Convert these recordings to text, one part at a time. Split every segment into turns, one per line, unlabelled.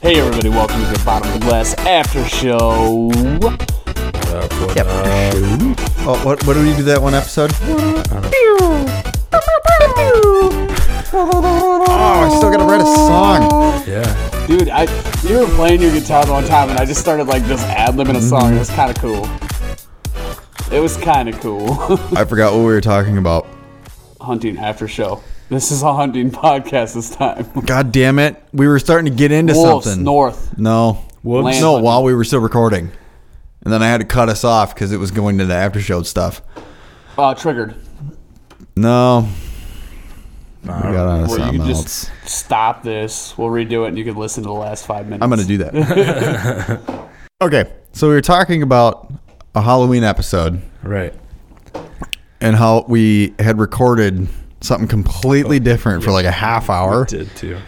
Hey everybody, welcome to the Bottom of the Glass After Show.
Oh, what, what did we do that one episode? Oh, I still gotta write a song.
Yeah.
Dude, I you were playing your guitar the one time and I just started like just ad-libbing a song. It
Mm-hmm.
was kind of cool. It was kind of cool.
I forgot what we were talking about.
hunting after show. This is a hunting podcast this time.
God damn it. We were starting to get into
Wolves
something.
north.
No.
Land
No,
hunting.
while we were still recording. And then I had to cut us off because it was going to the after show stuff.
Uh, triggered.
No. We got on to
Where you
something
can
else.
just stop this. We'll redo it and you can listen to the last five minutes.
I'm gonna do that. okay. So we were talking about a Halloween episode.
Right.
and how we had recorded something completely different for like a half hour.
Did too.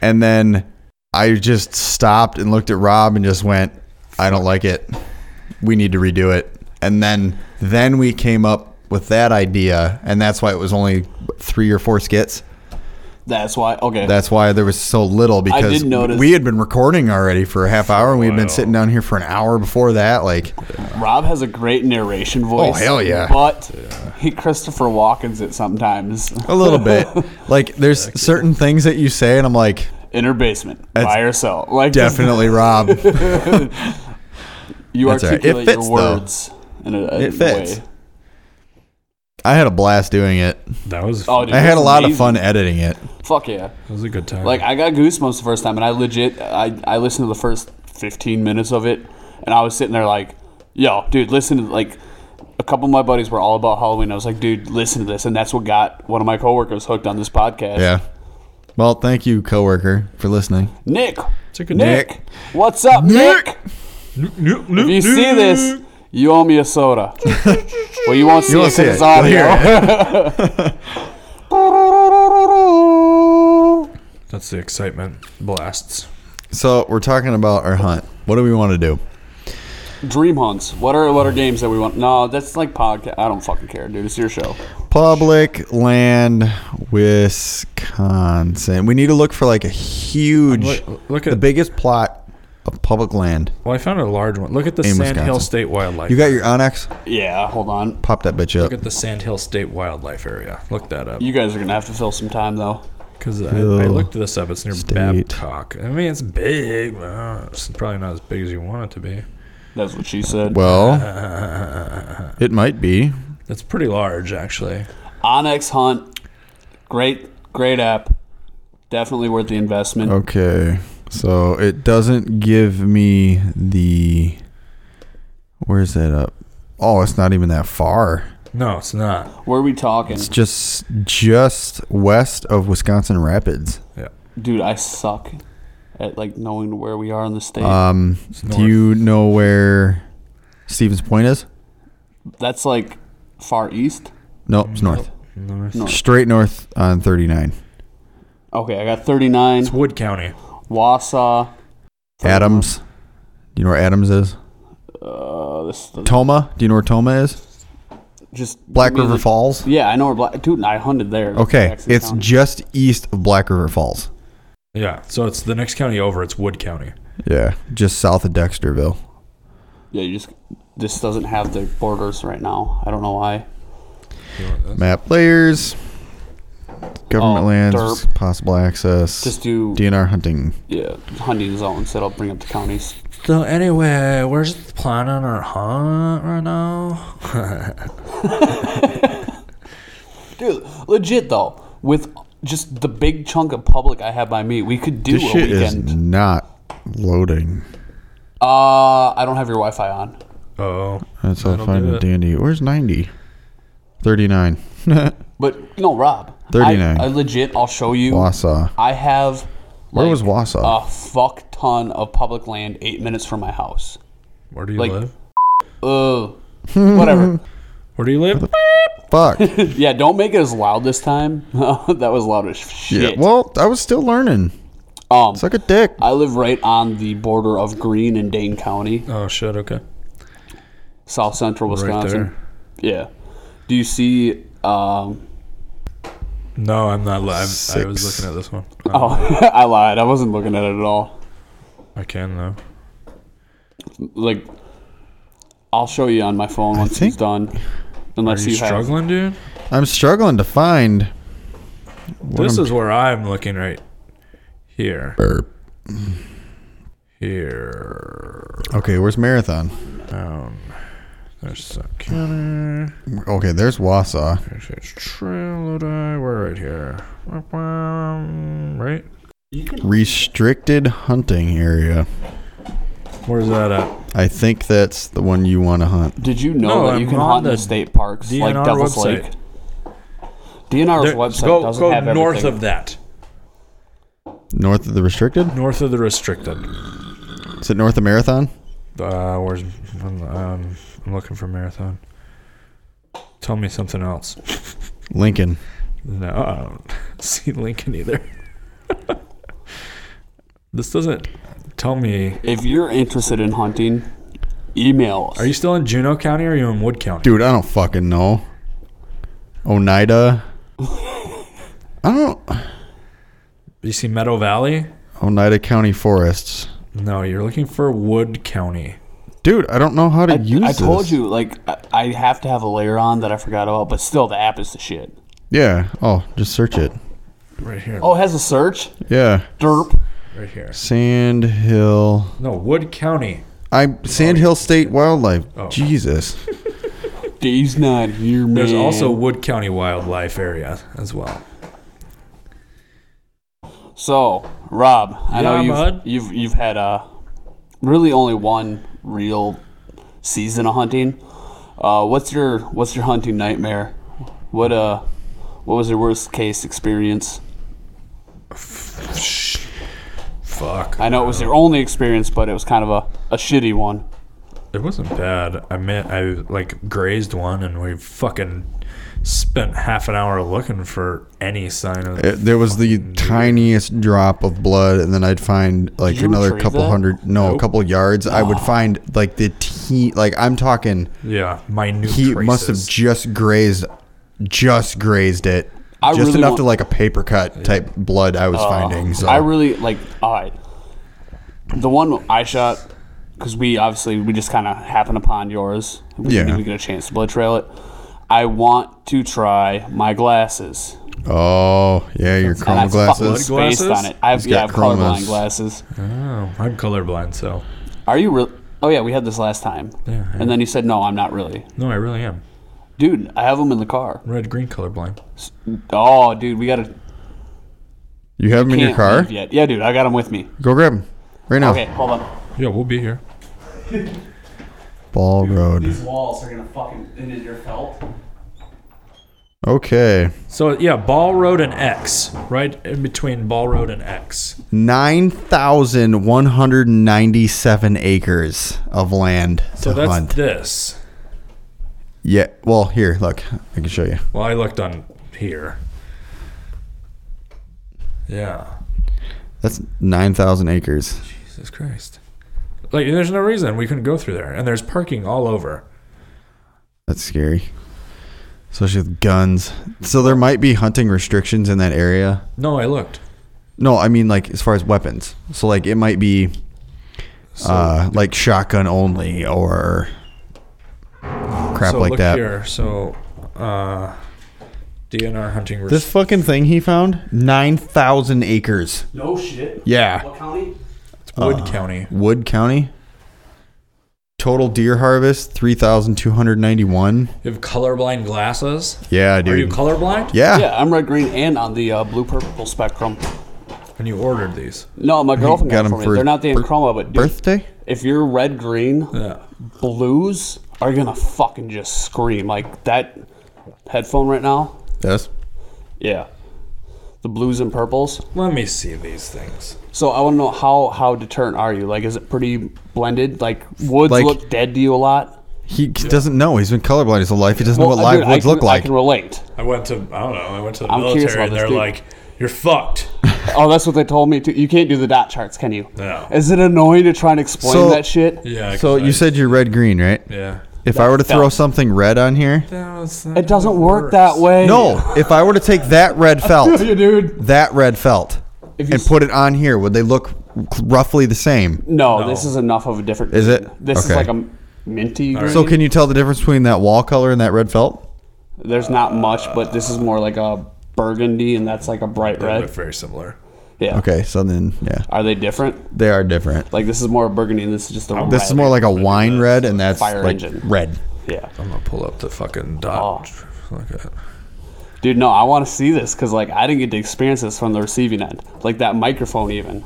And then I just stopped and looked at Rob and just went, I don't like it. We need to redo it. And then then we came up with that idea and that's why it was only three or four skits.
That's why. Okay.
That's why there was so little because
did notice-
we had been recording already for a half hour and we had been
Wow.
sitting down here for an hour before that. Like
Rob has a great narration voice.
Oh, hell yeah.
But he Christopher Walken's it sometimes.
a little bit. Like there's certain things that you say and I'm like,
In her basement by herself. Like just-
definitely Rob.
you
That's all right. It
articulate
fits,
your
though.
words in a, a
It fits.
way.
I had a blast doing it.
That was
Oh, dude,
I had
it's
a lot
amazing.
of fun editing it.
Fuck yeah.
that was a good time.
Like I got goosebumps the first time, and I legit I I listened to the first fifteen minutes of it, and I was sitting there like, yo, dude, listen to like. A couple of my buddies were all about Halloween. I was like, dude, listen to this, and that's what got one of my coworkers hooked on this podcast.
Yeah. Well, thank you, coworker, for listening.
Nick,
a good
Nick,
Nick.
what's up, Nick?
Nick!
If you see this, you owe me a soda. well, you won't see
You
it 'cause
won't see
it's
it. You'll
audio.
hear
that's the excitement blasts.
So we're talking about our hunt. What do we want to do?
Dream hunts. What are what are games that we want? No, that's like podcast. I don't fucking care, dude. It's your show.
Public land, Wisconsin. We need to look for like a huge,
Look, look at
the biggest plot of public land.
Well, I found a large one. Look at the
In
Sandhill
Wisconsin.
State Wildlife.
You got your Onyx?
Yeah, hold on.
Pop that bitch
Look
up.
at the Sandhill State Wildlife Area. Look that up.
You guys are gonna have to fill some time though.
Because I, I
Hill
looked this up. It's near
State.
Babcock. I mean, it's big. but uh, It's probably not as big as you want it to be.
That's what she said.
Well, it might be.
That's pretty large, actually.
Onyx Hunt, great great app. Definitely worth the investment.
Oh. Okay. So it doesn't give me the. Where's that up? Oh, it's not even that far.
No, it's not.
Where are we talking?
It's just just west of Wisconsin Rapids.
Yeah.
Dude, I suck at like knowing where we are in the state.
Um,
north.
do you know where Stevens Point is?
that's like far east.
No, it's north.
North.
No.
Straight north on 39.
Okay, I got 39.
It's Wood County.
Wausau.
Adams. Do you know where Adams is?
Uh, this, this-
Toma. Do you know where Toma is?
just give
Black
me
River
the-
Falls.
Yeah, I know where Black. Dude, I hunted there.
Okay,
Jackson
it's
County.
just east of Black River Falls.
Yeah. So it's the next county over. It's Wood County.
Yeah, just south of Dexterville.
yeah. You just this doesn't have the borders right now. I don't know why.
Map layers, government
Oh,
lands,
derp.
possible access,
Just do
DNR hunting.
yeah hunting zones. That'll bring up the counties.
So anyway, we're just planning our hunt right now.
Dude, legit though, with just the big chunk of public I have by me, we could do
This
a
shit is
weekend.
not loading.
Uh, I don't have your Wi-Fi on.
Oh,
That's all
That'll
fine
do
and
it.
dandy. Where's 90? 39.
But no, Rob. I-
39.
I, legit. I'll show you.
Wausau.
I have.
Where
like, uh,
was Wausau?
A fuck ton of public land, eight minutes from my house.
where do you
Like-
live?
Ugh. Whatever.
Where do you live?
Fuck.
yeah, don't make it as loud this time. that was loud as shit.
yeah, well, I was still learning.
um,
Suck a dick.
I live right on the border of Greene and Dane County,
Oh shit. Okay,
South Central
right
Wisconsin.
there.
Yeah. Do you see? Um,
No, I'm not. Li- I'm, I was
Six.
looking at this one. Oh,
oh, I lied. I wasn't looking at it at all.
I can though.
Like, I'll show you on my phone once
think-
it's done.
Are
Unless
you
have-
struggling, dude?
I'm struggling to find. what
this
I'm-
is where I'm looking right here. Here.
Okay, where's Marathon?
Down. There's the counter.
Okay, there's Wausau.
There's this trailer. die. We're right here. Wah-wah. Right?
Restricted hunting area.
Where's that at?
I think that's the one you want to hunt.
Did you know
No,
that
I'm
you can
on
hunt in
the
the state parks like
DNR
Devil's
website.
Lake? DNR's
There-
website
go
doesn't
go
have
north
everything.
of that.
North of the restricted?
North of the restricted.
Is it north of Marathon?
Uh, where's um, I'm looking for marathon. Tell me something else.
Lincoln.
No, I don't see Lincoln either. this doesn't tell me.
If you're interested in hunting, email us.
Are you still in Juneau County or are you in Wood County?
Dude, I don't fucking know. Oneida. I don't.
You see Meadow Valley?
Oneida County Forests.
No, you're looking for Wood County.
Dude, I don't know how to
I,
use
I
this.
told you, like, I, I have to have a layer on that I forgot about, but still, the app is the shit.
Yeah. Oh, just search it.
Right here.
Oh, it has a search?
Yeah.
Derp.
Right here.
Sand Hill.
No, Wood County.
I Sand Hill State Wildlife.
Oh.
Jesus.
D's not here, man.
There's also Wood County Wildlife Area as well.
So, Rob, I
Yeah,
know
bud.
you've, you've you've had uh, really only one real season of hunting. Uh, what's your what's your hunting nightmare? What uh, what was your worst case experience?
Fuck.
I know it was your only experience, but it was kind of a, a shitty one.
It wasn't bad. I meant I like grazed one, and we fucking spent half an hour looking for any sign of.
It- there was the tiniest drop of blood, and then I'd find like
Did you
another
retrieve
couple
that? Ah.
hundred, no, a couple yards. I would find like the teen, like I'm talking,
yeah, minute.
he must have
traces.
just grazed, just grazed it,
I
just
really
enough
want-
to like a paper cut type blood I was finding. So
I really like. All right, the one I shot because we obviously we just kind of happened upon yours. We
Yeah.
didn't even get a chance to blood trail it. I want to try my glasses.
oh yeah, your
And
chrome
I've fucking
glasses.
spaced
Glasses?
on it. I've
He's
yeah, I've
got
colorblind
chromas.
glasses.
Oh, I'm colorblind, so
Are you real? Oh yeah, we had this last time.
Yeah, I
And then you said no, I'm not really.
no, I really am
Dude, I have them in the car.
red green colorblind.
Oh, dude, we gotta.
You have them in your
can't
car? Oh.
leave Yet. Yeah, dude, I got them with me.
Go grab them right now.
Okay, hold on.
Yeah, we'll be here.
Ball Road.
walls are gonna fucking into your felt.
Okay,
So yeah, Ball Road and X, right in between Ball Road and X.
nine thousand one hundred ninety-seven acres of land
So
to
that's
hunt.
this.
Yeah. Well, here, look. I can show you.
Well, I looked on here. Yeah.
That's 9,000 acres.
Jesus Christ. Like, there's no reason we couldn't go through there. And there's parking all over.
That's scary. Especially with guns. So there might be hunting restrictions in that area.
No, I looked.
No, I mean like as far as weapons. So like it might be uh like shotgun only or crap
so
like
look
that.
here. So, uh, DNR hunting. Res-
This fucking thing he found 9,000 acres.
No shit.
Yeah.
county?
it's Wood
uh,
County.
Wood County. Total deer harvest 3,291.
You have colorblind glasses.
Yeah, dude.
Are you colorblind?
yeah.
Yeah, I'm red, green, and on the uh, blue purple spectrum.
And you ordered these.
No, my girlfriend got,
got 'em
them for me.
for
They're not the
bir-
chroma, but dude,
Birthday?
if you're red, green,
Yeah.
blues are gonna fucking just scream like that headphone right now.
Yes.
Yeah, the blues and purples.
Let me see these things.
So I want to know how how deterrent are you? Like, is it pretty blended? Like woods
Like-
look dead to you a lot.
He doesn't know. He's been colorblind his whole life. He doesn't know what
uh,
live
dude, I
woods
can-
look
I
like.
can relate.
I went to, I don't know, I went to the
I'm curious
military
about
and
this,
they're
dude.
like, you're fucked.
Oh, that's what they told me too. You can't do the dot charts, can you?
No.
Is it annoying to try and explain
So-
that shit?
Yeah.
so
'cause I-
you said you're red green, right?
Yeah.
If I were to
That-
throw something red on here,
It doesn't work that way.
no. If I were to take that red felt,
Yeah, dude.
that red felt,
If you
and
s-
put it on here, would they look roughly the same?
No,
No.
this is enough of a different.
Is it?
This
Okay.
is like a minty green.
So can you tell the difference between that wall color and that red felt?
There's not much, but this is more like a burgundy, and that's like a bright
They look
red.
very similar.
Yeah.
Okay, so then yeah,
Are they different?
they are different.
Like this is more burgundy, and this is just a.
This is more like a wine red, and that's
Fire
like
engine.
red.
Yeah.
I'm gonna pull up the fucking dot. Look at
Dude, no, I want to see this because like I didn't get to experience this from the receiving end, like that microphone even.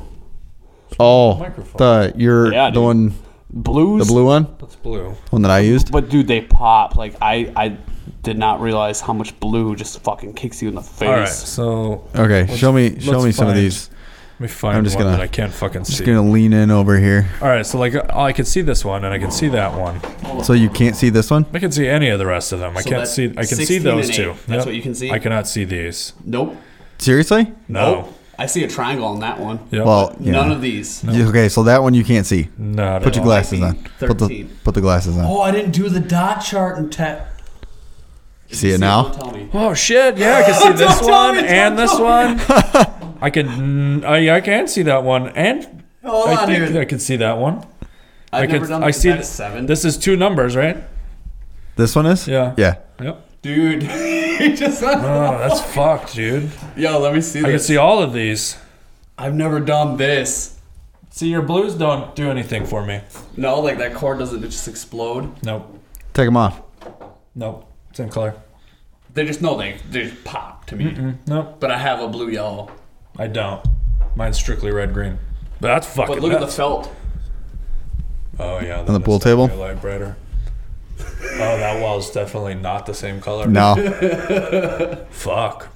Oh,
Microphone.
the you're
Yeah,
the
dude.
one,
Blues.
the blue one,
That's blue.
one that I used.
But dude, they pop. Like I, I did not realize how much blue just fucking kicks you in the face.
All right, so
Okay,
let's-
show me, show
let's
me some of
find-
these.
Let me find
I'm just
one
gonna-
that I can't fucking see.
Just gonna lean in over here
All right, so like oh, I can see this one and I can see that one.
so you can't see this one.
I can see any of the rest of them. I
So
can't
that's
see. I can
16
see
and
those
eight.
two.
That's what you can see?
I cannot see these.
Nope.
Seriously?
No.
Nope. I see a triangle on that one.
Yep.
Well, yeah.
None of these.
Yeah, Okay, so that one you can't see.
Not
Put
at
your
all.
glasses on.
might be
Put the
13.
put the glasses on.
Oh, I didn't do the dot chart and tap.
See it now?
Tell me.
Oh shit! Yeah, I can see this
Don't tell
one
me, don't
and this
tell
one. I can. mm, I, I can see that one and.
Hold
I
on
think
here.
I can see that one.
I've
I
never
can.
done
I
this.
see
That's
th-
seven.
This is two numbers, right?
This one is?
Yeah.
Yeah.
Yep.
dude, he just.
Oh, that's fucked, dude.
Yo, let me see
I can
this.
see all of these.
I've never done this.
See, your blues don't do anything for me.
No, like that cord doesn't just explode.
Nope.
Take them off.
Nope. Same color.
They just no, they they just pop to me.
Nope.
But I have a blue yellow.
I don't. Mine's strictly red green. But that's fucking.
But look at the
nuts.
felt.
Oh yeah.
On the pool table?
Light oh, that wall's definitely not the same color.
No.
Fuck.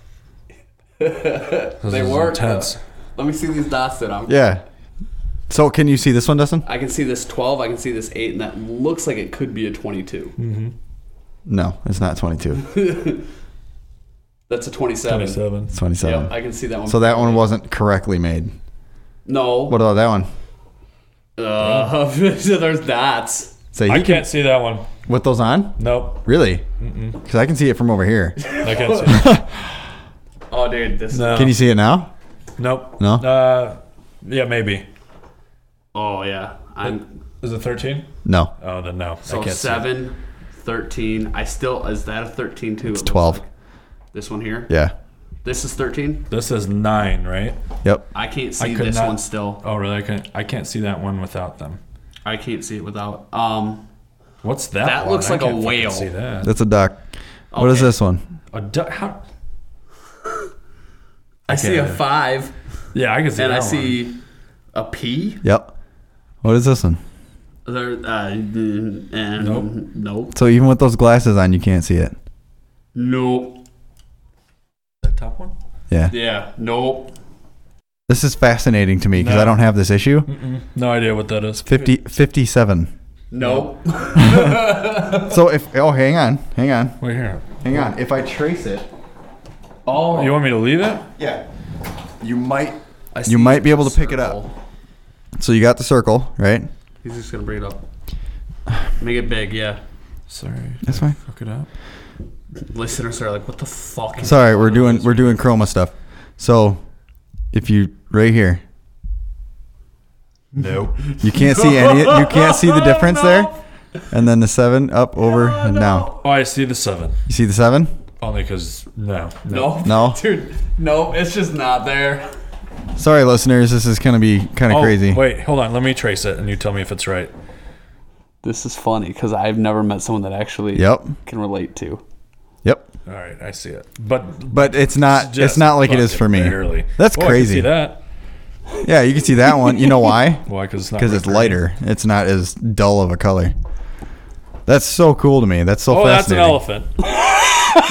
They
is
work.
intense.
though. Let me see these dots that I'm.
Yeah. So can you see this one, Dustin?
I can see this 12. I can see this 8, and that looks like it could be a
Mm.
22.
No, it's not 22.
That's a 27.
Twenty-seven.
It's
Yep,
27.
I can see that one.
So that one wasn't correctly made.
no.
What about that one?
Uh, there's dots.
Say
I
you
can't see that one.
with those on?
Nope.
Really? Because I can see it from over here.
I can't see. it.
Oh, dude, this.
No.
Can you see it now?
Nope.
No?
Uh, yeah, maybe.
Oh yeah, I'm
Is it thirteen?
No.
Oh, then no. I
so
can't see.
seven, 13. I still is that a 13 too? It's
12.
This one here.
Yeah.
This is 13.
it. This is nine, right?
Yep.
I can't see
could
this
not-
one still.
Oh, really? I can't. I can't see that one without them.
I can't see it without. Um,
What's that?
That
one?
looks
I
like a
can't fucking
whale.
See that?
That's a duck. What is
Okay.
this one?
A duck? How?
I, see a
can't-
five,
Yeah, I can see
and
that
I
one.
see a P.
Yep. What is this one?
There, uh, mm, and
Nope.
nope,
So even with those glasses on, you can't see it.
nope,
the top one.
Yeah.
yeah, nope.
This is fascinating to me because
No.
I don't have this issue.
No idea what that is.
50, 57.
Nope.
So if oh, hang on, hang on,
Wait here.
hang on. If I trace it,
Oh,
You want me to leave it?
yeah, you might.
I
You
see
might be able to pick it up.
circle.
So you got the circle, right?
He's just gonna bring it up. Make it big, yeah.
Sorry.
That's fine.
Fuck it up.
Listeners are like, what the fuck? is
Sorry,
going
we're
on
doing
with
we're doing chroma stuff. So if you right here,
Nope.
you can't see any. You can't see the difference there. And then the seven up over and down.
Oh, I see the seven.
You see the seven?
Only because no,
this? No,
No.
dude, no, it's just not there.
Sorry, listeners, this is gonna be kind of
Oh,
crazy.
Wait, hold on. Let me trace it, and you tell me if it's right.
This is funny because I've never met someone that actually
Yep.
can relate to.
Yep.
All right, I see it. But
But it's not. it's
just
not like it is for me.
fucking Barely.
That's
Oh, I can
crazy.
see that?
Yeah, you can see that one. You know why?
Why? Because it's not.
because it's
red-green.
lighter. It's not as dull of a color. That's so cool to me. That's so
Oh, that's an
fascinating.
elephant.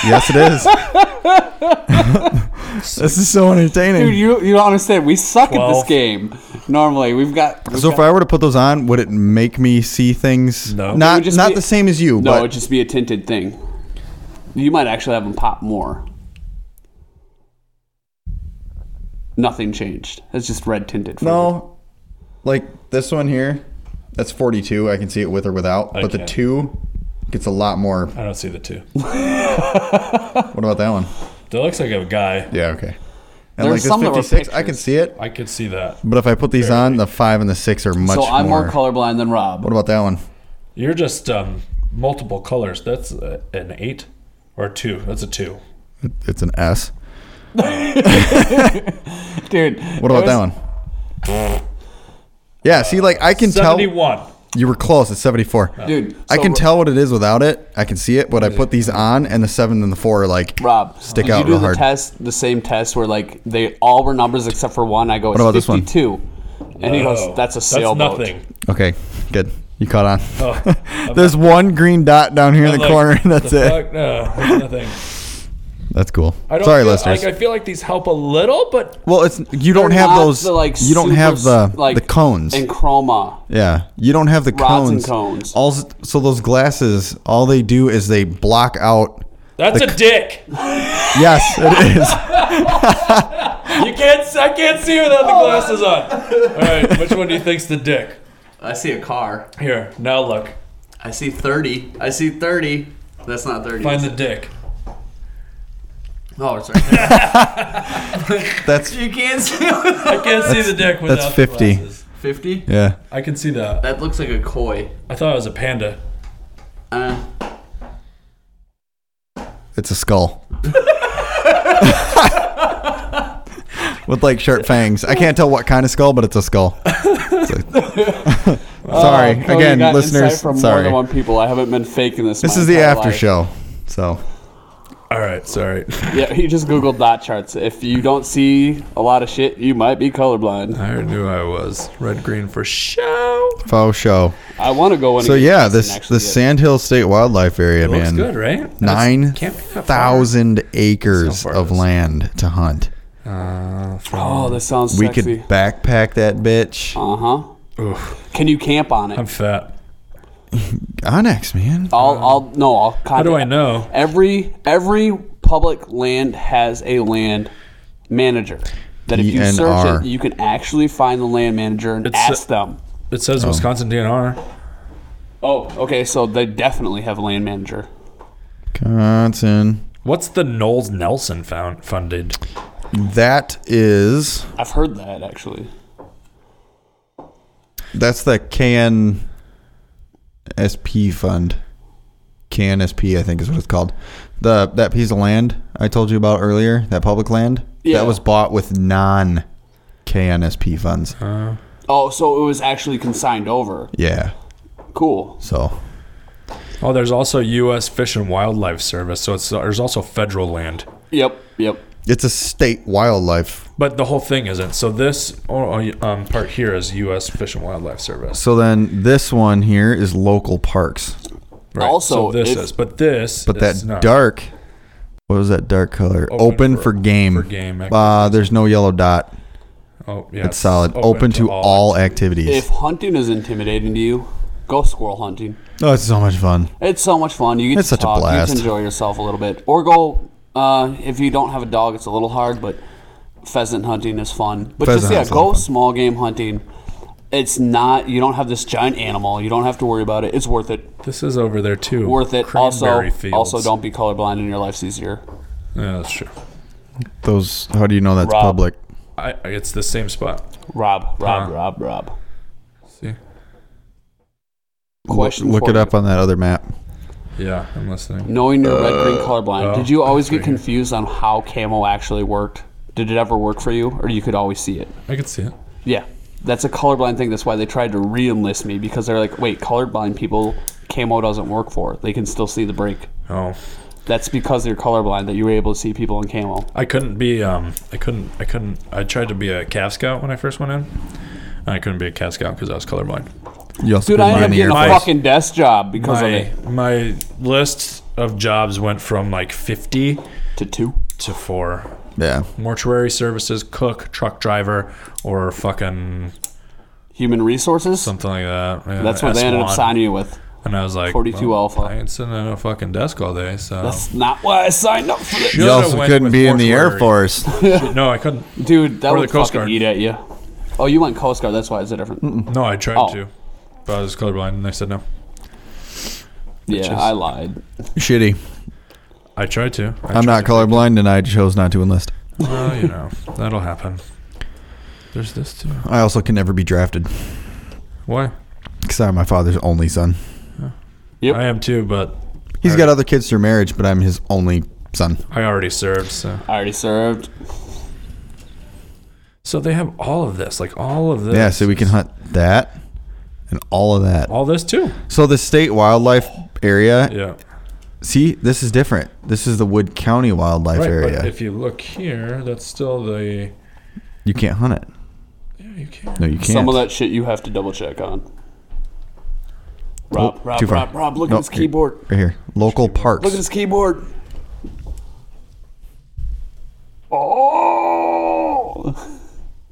yes, it is. this is so entertaining.
Dude, you you don't understand. We suck at this
Twelve.
game. Normally, we've got. We've
so if
got,
I were to put those on, would it make me see things?
No. It
Not
would just
not
be-
the same as you,
no,
but
it'd just be a tinted thing. You might actually have them pop more. Nothing changed. It's just red tinted. For you.
no. Like this one here, that's 42. I can see it with or without.
I
but the
can't.
two gets a lot more.
I don't see the two.
What about that one?
That looks like a guy.
Yeah. Okay. And
There's
like
some
this
that were
56, I can
pictures.
see it.
I could see that.
But if I put these on, the five and the six are much
So I'm
more.
more colorblind than Rob.
what about that one?
You're just um, multiple colors. That's uh, an eight or two. That's a two.
It's an S.
Dude,
What about that one? Yeah, see, like I can tell
Seventy-one.
you were close. It's seventy-four.
Dude,
I
so
can
Ro-
tell what it is without it. I can see it, but I put these on, and the seven and the four are like.
Rob,
Stick
did
out
you do
real
the
hard.
test, the same test where like they all were numbers except for one? I go, it's
about this one?
52. And he
Oh,
goes, that's a sailboat.
Oh, That's nothing.
Okay, good. You caught on.
Oh, I'm
There's one green dot down here in the
like,
corner, and that's
the
it.
Fuck? No, that's nothing.
That's cool.
I don't
Sorry,
feel,
listeners.
Like, I feel like these help a little, but
well, it's you don't
They're
have
not
those.
the, like,
you don't
super
have the
s- like,
the cones.
And chroma.
Yeah, you don't have the
Rods and cones.
cones. All s- so those glasses, all they do is they block out.
that's a dick.
Yes, it is.
You can't. I can't see without the glasses on. All right, which one do you think's the dick?
I see a car.
Here, now look.
I see 30. I see 30. That's not 30.
Find the dick.
oh, it's right there.
That's
you can't see it.
I can't see the dick without
that's
the
50.
glasses.
50?
yeah.
I can see that.
That looks like a koi.
I thought it was a panda.
Uh,
It's a skull. With like sharp fangs. I can't tell what kind of skull, but it's a skull. It's a- sorry
Oh, Cody
again,
got
listeners.
insight From More
Sorry,
than one people. I haven't been faking this.
this
my
is the
entire
after
life.
show. So
All right, sorry.
Yeah, he just Googled dot charts. If you don't see a lot of shit, you might be colorblind.
I knew I was red green for show.
faux show.
I want to go in.
So
and get
yeah,
tested and
this
actually
the
get-
Sandhill State Wildlife Area,
Looks
man.
good, right?
Nine
Can't be that far.
thousand acres
far it
of
is.
land to hunt.
Uh, from-
Oh, this sounds
We
sexy.
could backpack that bitch.
Uh huh.
Oof,
Can you camp on it?
I'm fat.
Onyx, man.
I'll, I'll, no, I'll contact.
How do I know?
Every every public land has a land manager. That if you
DNR.
search it, you can actually find the land manager and
It's a-
ask them.
It says Wisconsin DNR.
Oh, okay, so they definitely have a land manager.
Wisconsin.
What's the Knowles Nelson found funded?
That is
I've heard that actually.
that's the CAN SP fund. CAN SP, I think is what it's called. The that piece of land I told you about earlier, that public land,
Yeah.
that was bought with non KNSP funds.
Oh, so it was actually consigned over.
Yeah.
Cool.
So
Oh, there's also U.S. Fish and Wildlife Service, so it's there's also federal land.
Yep, yep.
it's a state wildlife.
But the whole thing isn't. So this oh, oh, um, part here is U.S. Fish and Wildlife Service.
So then this one here is local parks.
Right,
Also,
so this
if-
is, but this,
But
is
that
not.
dark what was that dark color? Open, for, game.
for game
Uh, there's no yellow dot.
Oh, yeah,
It's solid. Open, to, all, activities.
If hunting is intimidating to you, go squirrel hunting.
oh, it's so much fun.
It's so much fun. You get
It's
to
such a
talk,
blast.
You get to enjoy yourself a little bit, or go uh, if you don't have a dog. It's a little hard, but pheasant hunting is fun. But just
Pheasant
yeah,
hunting's a lot
go
of fun.
small game hunting. It's not. You don't have this giant animal. You don't have to worry about it. It's worth it.
This is over there too.
Worth it. Also,
Cranberry fields.
also don't be colorblind, and your life's easier.
Yeah, that's true.
Those. How do you know that's
Rob.
public?
I, I- it's the same spot.
Rob, Rob,
Huh.
Rob, Rob.
See?
Question.
Look
for
it
you.
up on that other map.
Yeah, I'm listening.
Knowing you're red green colorblind,
oh,
did you always
it's
get
right here.
confused on how camo actually worked? Did it ever work for you, or you could always see it?
I can see it.
Yeah, that's a colorblind thing. That's why they tried to re-enlist me because they're like, wait, colorblind people, camo doesn't work for. They can still see the break.
Oh,
That's because they're colorblind that you were able to see people in camo.
I couldn't be. Um, I couldn't. I couldn't. I tried to be a Cavs scout when I first went in, and I couldn't be a Cavs scout because I was colorblind.
You also
Dude, I ended up
couldn't find the
getting
Air
a
Force.
fucking desk job because of
My
it.
my list of jobs went from like 50
To two.
to four.
Yeah.
Mortuary services, cook, truck driver, or fucking
Human resources.
something like that. Yeah,
that's what they ended up
S1.
signing you with.
And I was like,
42 alpha.
I ain't sitting at a fucking desk all day, so.
That's not why I signed up for this.
You also couldn't be in the Air Force.
No, I couldn't.
Dude, that
Or the
would
Coast
fucking
Guard.
eat at you. Oh, you went Coast Guard. That's why. Is it different?
No, I tried
Oh.
to, but I was colorblind, and they said no.
Yeah, I lied.
Shitty.
I tried to. I
I'm not
tried
colorblind, and I chose not to enlist.
Well, you know, that'll happen. There's this too.
I also can never be drafted
Why?
because I'm my father's only son.
Yep.
I am too, but
He's
Right.
got other kids through marriage, but I'm his only son.
I already served, so.
I already served.
So they have all of this, like all of this.
Yeah, so we can hunt that and all of that.
all this too.
So the state wildlife area.
Yeah.
See, this is different. This is the Wood County wildlife
Right, but
area.
if you look here, that's still the.
you can't hunt it.
Yeah, you can.
No, you can't.
Some of that shit you have to double check on. Rob,
Oh,
Rob,
too far.
Rob, Rob, look
Nope,
at this keyboard.
right here. Local parks.
Look at this keyboard. Oh,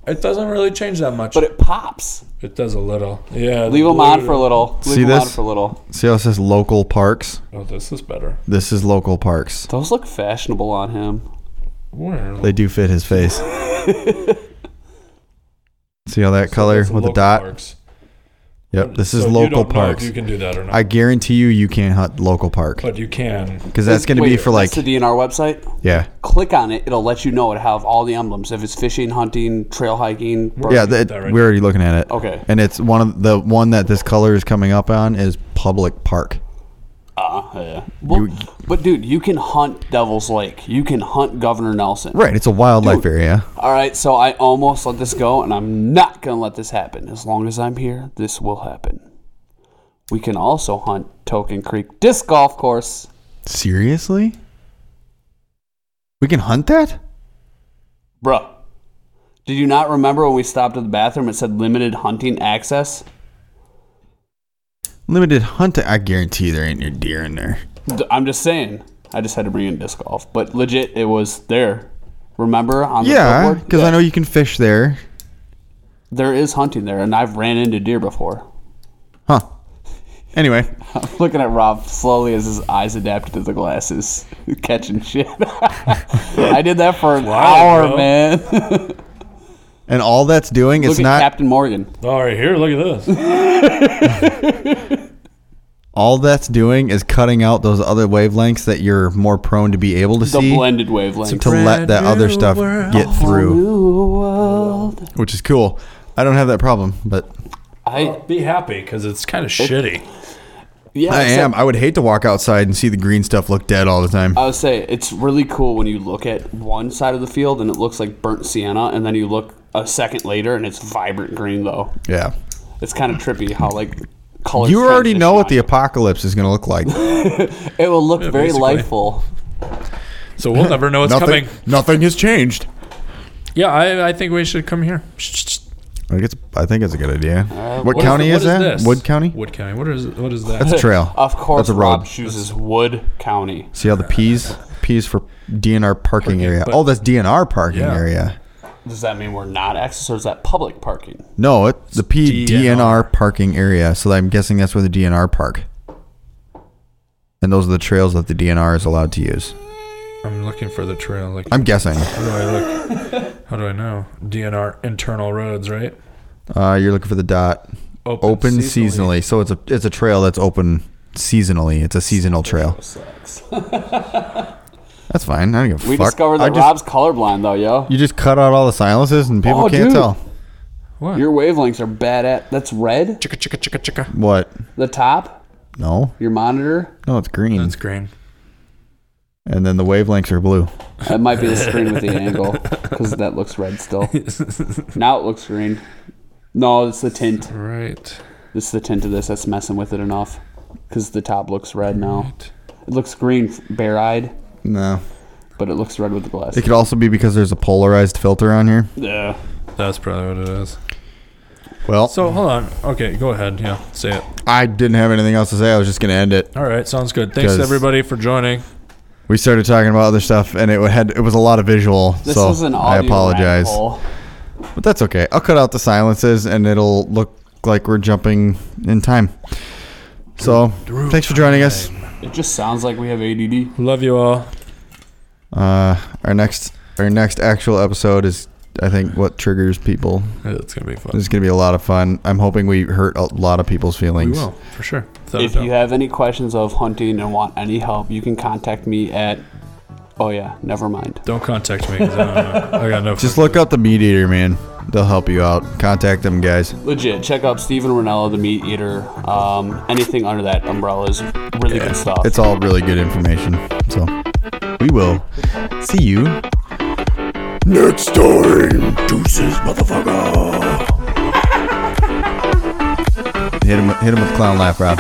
It doesn't really change that much.
but it pops.
It does a little. Yeah.
Leave them on for a little. Leave
See
them on
this?
for a little.
See how it says local parks?
Oh, this is better.
This is local parks.
Those look fashionable on him.
Where?
They do fit his face. See how that color
That's
with a
local
dot?
parks.
Yep. This is
So you
local
don't know if
parks.
you can do that or not.
I guarantee you, you can't hunt local park
but you can.
because that's going to be
Wait,
for like
that's the DNR website.
yeah,
Click on it; it'll let you know it have all the emblems. If it's fishing, hunting, trail hiking, bird-
yeah. That,
that right
we're already looking at it.
Okay.
And it's one of the one that this color is coming up on is public park.
Uh, yeah. Well,
You-
but dude, you can hunt Devil's Lake. You can hunt Governor Nelson.
Right. It's a wildlife area.
All right, so I almost let this go, and I'm not gonna let this happen. As long as I'm here, this will happen. We can also hunt Token Creek Disc Golf Course.
Seriously? We can hunt that?
Bruh, did you not remember when we stopped at the bathroom? It said limited hunting access.
Limited hunting. I guarantee there ain't no deer in there.
D- I'm just saying. I just had to bring in disc golf, but legit, it was there. Remember on the
Yeah,
billboard?
because I know you can fish there.
there is hunting there, and I've ran into deer before.
Huh. Anyway,
I'm looking at Rob slowly as his eyes adapted to the glasses, catching shit. I did that for an hour,
bro.
man.
and all that's doing
Look
it's
at
not
Captain Morgan.
All right, here, look at this.
all that's doing is cutting out those other wavelengths that you're more prone to be able to
The
see
blended wavelength.
to let that other
new
stuff
world.
get through,
New world.
which is cool. I don't have that problem, but
I
Be happy because it's kind of shitty.
yeah.
I
so-
am. I would hate to walk outside and see the green stuff look dead all the time.
I would say it's really cool when you look at one side of the field and it looks like burnt sienna, and then you look a second later and it's vibrant green though.
Yeah.
It's kind of trippy how like colors.
You already
transition
know what
on
the
you.
apocalypse is going to look like.
it will look very
basically.
lifeful.
So we'll never know it's
nothing,
coming.
nothing has changed.
Yeah, I, I think we should come here.
I think it's, I think it's a good idea. what,
What is-
county
what
is, that?
this?
Wood County?
Wood County. What is what is that?
That's a trail.
Of course,
That's a road.
Rob chooses Wood County.
See how the P's? P's for DNR parking area.
but-
Oh, that's DNR parking
Yeah.
area.
Does that mean we're not access or is that public parking?
No, it, the P
DNR.
DNR. parking area. So I'm guessing that's where the DNR park. And those are the trails that the DNR is allowed to use.
I'm looking for the trail. Like,
I'm guessing.
how do I look? How do I know? DNR internal roads, right?
Uh, you're looking for the dot.
Open,
Open seasonally. So it's a it's a trail that's open seasonally. It's a seasonal trail.
Sucks.
That's fine. I don't give a
We
fuck.
discovered
I
that
just,
Rob's colorblind though, yo.
you just cut out all the silences and people
Oh,
can't
dude.
tell.
What?
Your wavelengths are bad at. That's red.
chicka chicka chicka chicka.
What?
The top.
No.
Your monitor.
No, it's green.
That's green.
and then the wavelengths are blue.
That might be the screen with the angle because that looks red still. Now it looks green. No, it's the tint.
Right.
It's the tint of this that's messing with it enough because the top looks red now. It looks green bare eyed,
No.
but it looks red with the glass.
It could also be because there's a polarized filter on here.
Yeah.
That's probably what it is.
Well,
So hold on. Okay, go ahead. Yeah, say it.
I didn't have anything else to say. I was just going to end it.
All right, sounds good. Thanks
'Cause-
everybody for joining.
We started talking about other stuff, and it had it was a lot of visual.
This
so
is an
I
audio rabbit
apologize,
hole.
but that's okay. I'll cut out the silences, and it'll look like we're jumping in time. So, thanks for joining us.
It just sounds like we have ADD.
Love you all.
Uh, our next our next actual episode is, I think, what triggers people.
It's gonna be fun.
This is going to be a lot of fun. I'm hoping we hurt a lot of people's
We
feelings.
will for sure. Without a
if
doubt.
you have any questions of hunting and want any help, you can contact me at Oh yeah, never mind.
Don't contact me. 'cause I, don't know. I got no.
Just look up the meat eater, man. They'll help you out. Contact them guys.
Legit, check out Steven Ranello, the meat eater. Um, anything under that umbrella is really good stuff.
It's all really good information. So we will see you next time. Deuces, motherfucker. hit him! Hit him with clown laugh, Rob.